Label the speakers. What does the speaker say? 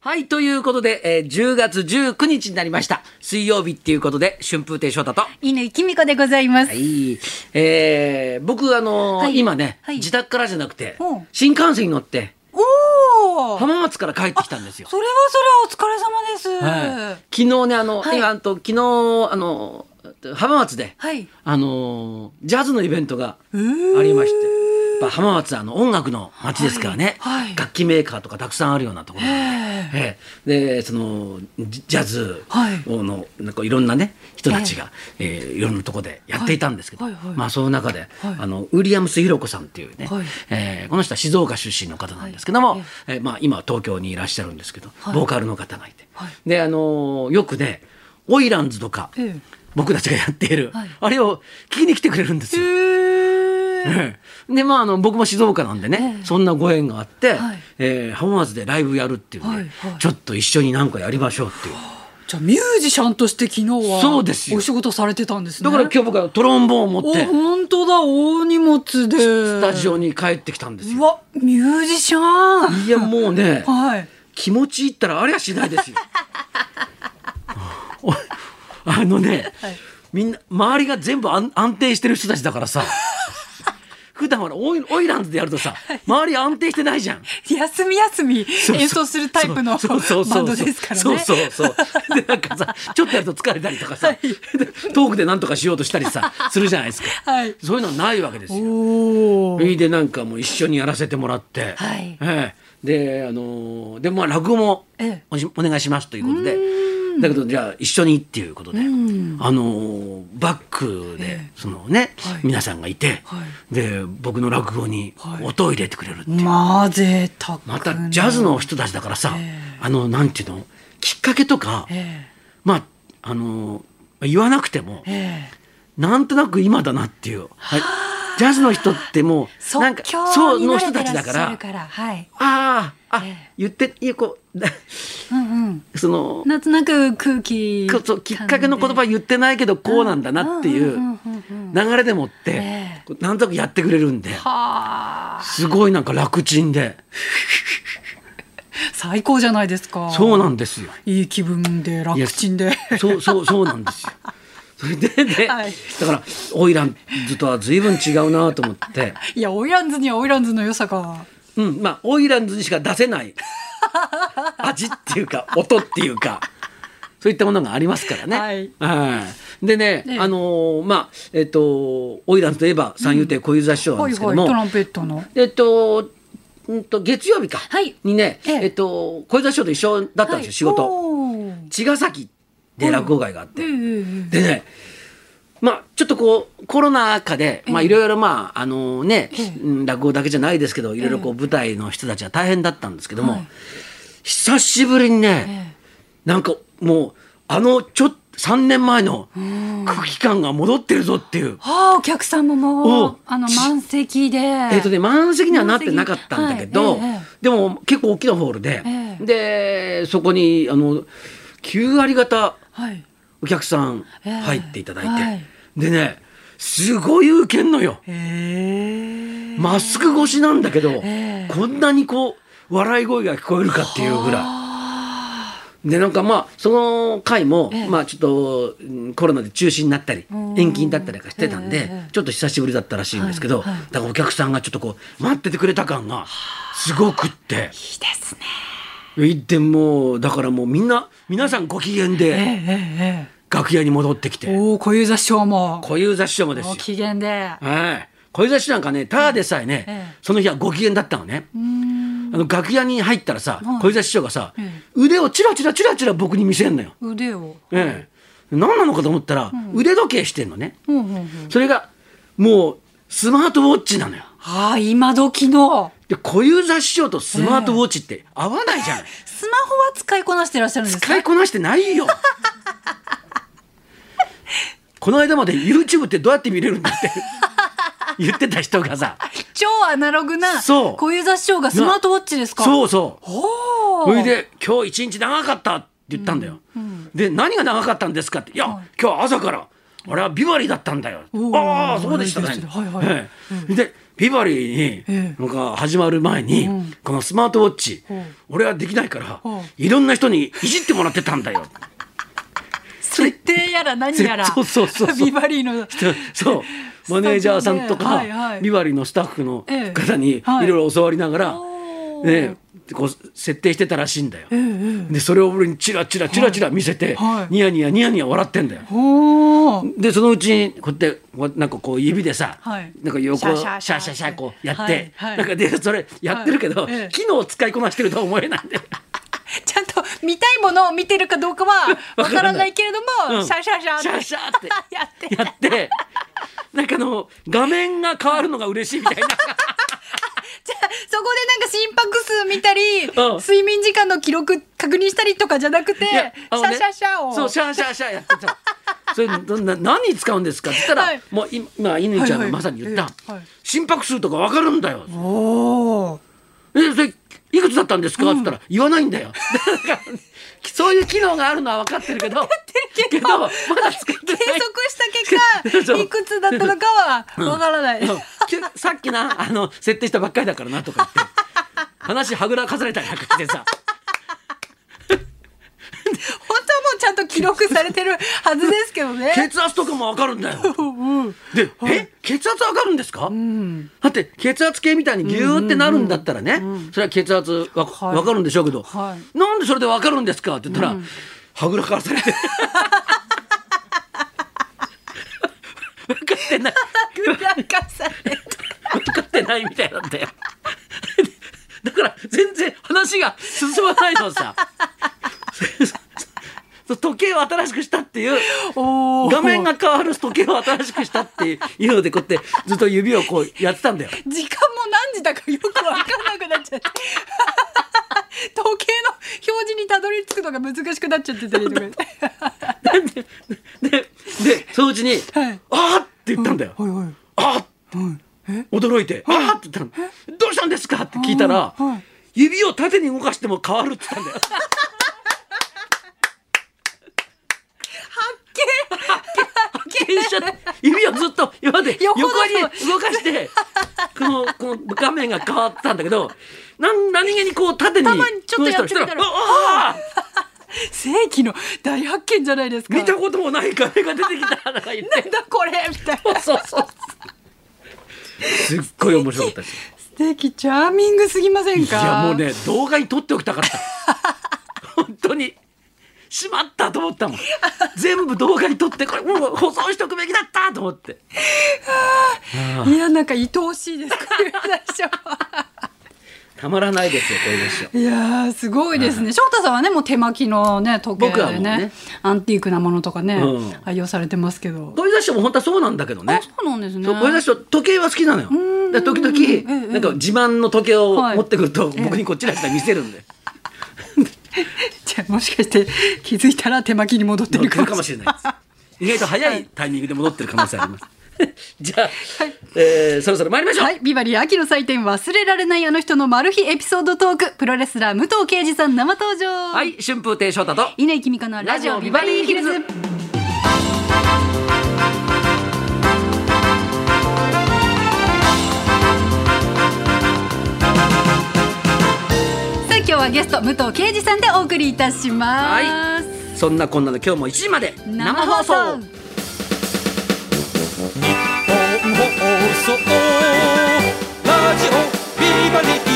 Speaker 1: はい、ということで、えー10月19日になりました。水曜日っていうことで、春風亭昇太と。
Speaker 2: 犬きみこでございます。
Speaker 1: はい、えー僕あのー
Speaker 2: はい
Speaker 1: 今ね、
Speaker 2: はい
Speaker 1: 自宅からじゃなくて
Speaker 2: ほう
Speaker 1: 新幹線に乗って
Speaker 2: おお。それは
Speaker 1: 浜松から帰ってきたんですよ。
Speaker 2: それはお疲れ様です。
Speaker 1: はい、昨日ねあの、
Speaker 2: はい
Speaker 1: 今あと昨日あの浜松で、
Speaker 2: はい
Speaker 1: あのージャズのイベントがあ
Speaker 2: えー
Speaker 1: りまして、やっぱ浜松はあの音楽の街ですからね、
Speaker 2: はいはい
Speaker 1: 楽器メーカーとかたくさんあるようなところなんで,、ええでそのジジャズ
Speaker 2: はい
Speaker 1: のなんかいろんなね人たちが、ええいろんなとこでやっていたんですけど、
Speaker 2: はいはいはい
Speaker 1: まあその中で、
Speaker 2: はい
Speaker 1: あのウィリアムス・ヒロコさんっていうね、
Speaker 2: はい
Speaker 1: ええこの人は静岡出身の方なんですけども、
Speaker 2: はい
Speaker 1: ええまあ、今は東京にいらっしゃるんですけど、
Speaker 2: はい
Speaker 1: ボーカルの方がいて、
Speaker 2: はい
Speaker 1: であのーよくねオイランズとか、
Speaker 2: ええ
Speaker 1: 僕たちがやっている、
Speaker 2: はい
Speaker 1: あれを聞きに来てくれるんですよ。
Speaker 2: え ー
Speaker 1: ええでまああの僕も静岡なんでね、
Speaker 2: ええ
Speaker 1: そんなご縁があって、
Speaker 2: はい
Speaker 1: えー浜松でライブやるっていうんで、
Speaker 2: はいはい
Speaker 1: ちょっと一緒に何かやりましょうっていう
Speaker 2: じゃあミュージシャンとして昨日は
Speaker 1: そうですよ
Speaker 2: お仕事されてたんですね。
Speaker 1: だから今日僕はトロンボーンを持
Speaker 2: お
Speaker 1: って
Speaker 2: 本当だ大荷物で
Speaker 1: ス
Speaker 2: ス
Speaker 1: タジオに帰ってきたんです
Speaker 2: う
Speaker 1: よ。
Speaker 2: わミュージシャン
Speaker 1: いやもうね
Speaker 2: はい
Speaker 1: 気持ちいいったらありゃしないです よ。おあのね、
Speaker 2: はい
Speaker 1: みんな周りが全部安安定してる人たちだからさ 普段はオイオイランズでやるとさ周り安定してないじゃん。
Speaker 2: 休み休
Speaker 1: そ
Speaker 2: み
Speaker 1: うそう
Speaker 2: 演奏するタイプのバン
Speaker 1: そうそうそう
Speaker 2: ドですからね。
Speaker 1: そうそうそう。で、なんかさ、ちょっとやると疲れたりとかさ、でトークでなんとかしようとしたりさ、するじゃないですか。
Speaker 2: はい
Speaker 1: そういうのはないわけですよ。
Speaker 2: おお。
Speaker 1: それでなんかもう一緒にやらせてもらって、
Speaker 2: はい
Speaker 1: ええであのーでまあ落語も
Speaker 2: ええ
Speaker 1: おしお願いしますということでだけどじゃあ一緒にっていうことであ
Speaker 2: ん
Speaker 1: のーバックでそのね、
Speaker 2: はい
Speaker 1: 皆さんがいて、
Speaker 2: は
Speaker 1: で僕の落語に
Speaker 2: はい
Speaker 1: 音を入れてくれるっていう、
Speaker 2: まあ贅沢な。
Speaker 1: またジャズの人たちだからさ、
Speaker 2: え
Speaker 1: あのなんていうのきっかけとか、
Speaker 2: え
Speaker 1: まああの言わなくても、
Speaker 2: ええ
Speaker 1: なんとなく今だなっていう、はいジャズの人ってもう
Speaker 2: え
Speaker 1: なんかそうの人たちだからあ
Speaker 2: ら、はい、
Speaker 1: あーあ、
Speaker 2: え
Speaker 1: 言っていやこう な
Speaker 2: うんうん、
Speaker 1: その
Speaker 2: なんとなく空気
Speaker 1: こそうきっかけの言葉言ってないけどこうなんだなっていう
Speaker 2: うんうんうんうんうん
Speaker 1: 流れでもって、
Speaker 2: ええ
Speaker 1: こうなんとなくやってくれるんで
Speaker 2: はあ
Speaker 1: すごいなんか楽ちんで
Speaker 2: 最高じゃないですか
Speaker 1: そうなんんですよ。
Speaker 2: いい気分で楽ちんで
Speaker 1: そうそうそうなんですよ。それでね、
Speaker 2: はい
Speaker 1: だからオイランズとは随分違うなと思って、
Speaker 2: いやオイランズにはオイランズの良さが
Speaker 1: うん、まあオイランズにしか出せない味っていうか音っていうか。そういったものがありますからね。
Speaker 2: はい
Speaker 1: はいでね、
Speaker 2: ね
Speaker 1: あのーまあ、えっ、と、オイランズといえば三遊亭小遊三師匠なん
Speaker 2: はい
Speaker 1: ですけど
Speaker 2: はい
Speaker 1: も。
Speaker 2: トランペットの
Speaker 1: えっと、うんと月曜日か、
Speaker 2: はい
Speaker 1: にね、
Speaker 2: ええ
Speaker 1: えっと、小遊三師匠と一緒だったんですよ、仕事。
Speaker 2: 事
Speaker 1: 茅ヶ崎で落語会があって、
Speaker 2: ええええ
Speaker 1: でねまあちょっとこうコロナ禍でまあいろいろまああのね、
Speaker 2: ええ
Speaker 1: うん落語だけじゃないですけどいろいろこう
Speaker 2: え
Speaker 1: 舞台の人たちは大変だったんですけども、
Speaker 2: はい
Speaker 1: 久しぶりに
Speaker 2: え
Speaker 1: ね、
Speaker 2: え
Speaker 1: なんかもうあのちょっ3年前の空気感が戻ってるぞっていう。
Speaker 2: はあお客さんもも
Speaker 1: お
Speaker 2: うあの満席で
Speaker 1: えっとね、満席にはなってなかったんだけど、
Speaker 2: 満席はいえ
Speaker 1: でも結構大きなホールで、
Speaker 2: ええ
Speaker 1: でそこにあの9割方
Speaker 2: はい
Speaker 1: お客さん
Speaker 2: ええ
Speaker 1: 入っていただいて、
Speaker 2: はい
Speaker 1: でねすごい受けんのよ
Speaker 2: へえ
Speaker 1: マスク越しなんだけど、
Speaker 2: ええ
Speaker 1: こんなにこう笑い声が聞こえるかっていうぐら
Speaker 2: ああ
Speaker 1: いでなんかまあその回も、
Speaker 2: ええ
Speaker 1: まあちょっとうんコロナで中止になったり
Speaker 2: うん
Speaker 1: 延期になったりなんかしてたんで、
Speaker 2: ええええ
Speaker 1: ちょっと久しぶりだったらしいんですけど、
Speaker 2: はいはい
Speaker 1: だからお客さんがちょっとこう待っててくれた感がすごくって
Speaker 2: いいですね
Speaker 1: 一点もうだからもうみんな皆さんご機嫌
Speaker 2: ええ
Speaker 1: で
Speaker 2: え
Speaker 1: 楽屋に戻ってき
Speaker 2: えええ
Speaker 1: て
Speaker 2: おお小遊三師匠も
Speaker 1: 小遊三師匠もですよ
Speaker 2: ご。機嫌で
Speaker 1: はい。小遊三師匠なんかね、ただでさえね、
Speaker 2: ええ
Speaker 1: その日はご機嫌だったのね。あの楽屋に入ったらさ、
Speaker 2: はい
Speaker 1: 小遊三師匠がさ、
Speaker 2: え
Speaker 1: 腕をチラチラチラチラ僕に見せんのよ。
Speaker 2: 腕を
Speaker 1: ええ。何なのかと思ったら、腕時計してんのね。
Speaker 2: うんうんうん
Speaker 1: それが、もう、スマートウォッチなのよ。
Speaker 2: ああ今時の
Speaker 1: で、小遊三師匠とスマートウォッチって合わないじゃん。
Speaker 2: スマホは使いこなしてらっしゃるんですか
Speaker 1: 使いこなしてない よ。この間まで YouTube ってどうやって見れるんだって言ってた人が さ、
Speaker 2: 超アナログな
Speaker 1: そう
Speaker 2: 小遊三師匠がスマートウォッチですかう
Speaker 1: そうそう。
Speaker 2: お
Speaker 1: そ
Speaker 2: お
Speaker 1: れで「今日一日長かった」って言ったんだよ。で何が長かったんですかって「いや、今日朝から俺はビバリーだったんだよ」
Speaker 2: おー
Speaker 1: ああそうでしたね。
Speaker 2: はいはい
Speaker 1: ええでピバリ
Speaker 2: え
Speaker 1: ーになんか始まる前に、
Speaker 2: うん
Speaker 1: このスマートウォッチ、
Speaker 2: うん
Speaker 1: 俺はできないから、
Speaker 2: うん
Speaker 1: いろんな人にいじってもらってたんだよ。それ
Speaker 2: 設定やら何やら
Speaker 1: そうそうそうそう
Speaker 2: ビバリーの
Speaker 1: そうマネージャーさんとか、
Speaker 2: スタジオではいはい
Speaker 1: ビバリーのスタッフの
Speaker 2: ええ
Speaker 1: 方にいろいろ教わりながら、
Speaker 2: おー
Speaker 1: ね、こう設定してたらしいんだよ。
Speaker 2: ええええ
Speaker 1: でそれを俺にチラチラチラチラ見せて、
Speaker 2: はい
Speaker 1: ニヤニヤニヤニヤ笑ってんだよ。
Speaker 2: おー
Speaker 1: でそのうちにこうやってこうなんかこう指でさ、
Speaker 2: はい
Speaker 1: なんか横シ
Speaker 2: シ
Speaker 1: ャ
Speaker 2: ャ
Speaker 1: ー
Speaker 2: ー
Speaker 1: シ
Speaker 2: シ
Speaker 1: ャー
Speaker 2: ャー
Speaker 1: シャーこうやって、
Speaker 2: はいはい
Speaker 1: なんかでそれやってるけど、
Speaker 2: はいええ
Speaker 1: 機能を使いこなしてるとは思えないんだよ。
Speaker 2: ちゃんと見たいものを見てるかどうかは わからないけれども、
Speaker 1: うん
Speaker 2: シャーシャーシャーって
Speaker 1: シャーシャーって
Speaker 2: やって
Speaker 1: やってなんかあの画面が変わるのが嬉しいみたい な。
Speaker 2: じゃあそこでなんか心拍数見たり、
Speaker 1: うん
Speaker 2: 睡眠時間の記録確認したりとかじゃなくて、
Speaker 1: いや
Speaker 2: シ
Speaker 1: あ
Speaker 2: ャ
Speaker 1: の
Speaker 2: ー
Speaker 1: ね
Speaker 2: シャーシャーを
Speaker 1: そうシャーシャーシャーやってたそれどんな何に使うんですかって言ったら、
Speaker 2: はい
Speaker 1: もう今今犬ちゃん
Speaker 2: はいは
Speaker 1: が
Speaker 2: い
Speaker 1: まさに言った、
Speaker 2: ええはい
Speaker 1: 心拍数とかわかるんだよ、
Speaker 2: おー
Speaker 1: えそれいくつだったんですか、って言ったら言わないんだ よだからそういう機能があるのは分かってるけどけどまだ使って
Speaker 2: 計
Speaker 1: ない
Speaker 2: 測した結
Speaker 1: そ
Speaker 2: 果
Speaker 1: う
Speaker 2: いくつだったのかはわからない、
Speaker 1: うんきゅさっきなあの設定したばっかりだからなとか言って話はぐらかされたりなんかしてさ
Speaker 2: 本当はもうちゃんと記録されてるはずですけどね。
Speaker 1: 血圧とかも分かるんだよ。
Speaker 2: うん
Speaker 1: で、え血圧上がるんですか、だって血圧計みたいにギューってなるんだったらね、それは血圧わ、
Speaker 2: はい
Speaker 1: わかるんでしょうけど、
Speaker 2: は
Speaker 1: なんでそれでわかるんですかって言ったら、はぐらか されて。分かってない
Speaker 2: ぐらかされた
Speaker 1: 分かってないみたいなんだよ。 だから全然話が進まないの さ。時計を新しくしたっていう
Speaker 2: おー
Speaker 1: 画面が変わる時計を新しくしたっていうのでこうやってずっと指をこうやってたんだよ。
Speaker 2: 時間も何時だかよく分かんなくなっ ちゃって統計の表示にたどり着くのが難しくなっちゃってたりとか
Speaker 1: ででそのうちに「
Speaker 2: はい
Speaker 1: あっ!」って言ったんだよ。
Speaker 2: はいはい
Speaker 1: あっ驚いて「あっ!」って言ったの「どうしたんですか?」って聞いたら
Speaker 2: はいはい
Speaker 1: 指を縦に動かしても変わるって言ったんだよ。電車で指をずっと今まで横
Speaker 2: 横
Speaker 1: に
Speaker 2: だ
Speaker 1: 動かしてこのこの画面が変わったんだけどなん何気にこう縦に
Speaker 2: たまにちょっとやってみたら
Speaker 1: この人ああ
Speaker 2: 世紀の大発見じゃないですか
Speaker 1: 見たこともない画面が出てきたとか言っ
Speaker 2: な
Speaker 1: て
Speaker 2: んだこれみたい な
Speaker 1: そうそうすっごい面白かったです
Speaker 2: 素敵チャーミングすぎません
Speaker 1: い
Speaker 2: か
Speaker 1: やもうね動画に撮っておきたかった本当にしまったと思ったもん全部動画に撮ってこれもう保存しておくべきだったと思って
Speaker 2: いやなんか愛おしいですこういう話は
Speaker 1: たまら ないですよこれでしょ
Speaker 2: いやーすごいですね翔太さんはねもう手巻きのね時計
Speaker 1: 僕はも
Speaker 2: で
Speaker 1: う
Speaker 2: ね
Speaker 1: ね
Speaker 2: アンティークなものとかね、
Speaker 1: うん
Speaker 2: 愛用されてますけど、
Speaker 1: 取り出しても本当はそうなんだけどね
Speaker 2: あそうなんですね
Speaker 1: そうこれだと時計は好きなのよ。で時々
Speaker 2: ええ
Speaker 1: なんか自慢の時計を
Speaker 2: はい
Speaker 1: 持ってくると僕にこっちらしたら見せるんで。
Speaker 2: じゃあもしかして気づいたら手巻きに戻って
Speaker 1: 来
Speaker 2: る
Speaker 1: る
Speaker 2: かも
Speaker 1: かもし
Speaker 2: し
Speaker 1: れ
Speaker 2: れ
Speaker 1: ない
Speaker 2: ない。
Speaker 1: です。意外と早いタイミングで戻ってる可能性あります。じゃあ、
Speaker 2: はい
Speaker 1: えーそろそろ参りましょう。
Speaker 2: はい、ビバリー秋の祭典忘れられないあの人のマル秘エピソードトークプロレスラー武藤敬司さん生登場。
Speaker 1: はい、春風亭昇太と。
Speaker 2: 稲井君香のラジオビバリーヒルズ。さあ今日はゲスト武藤敬司さんでお送りいたします。
Speaker 1: そんなこんなの今日も1時まで生放送。
Speaker 3: 日本放送ラジオビバリー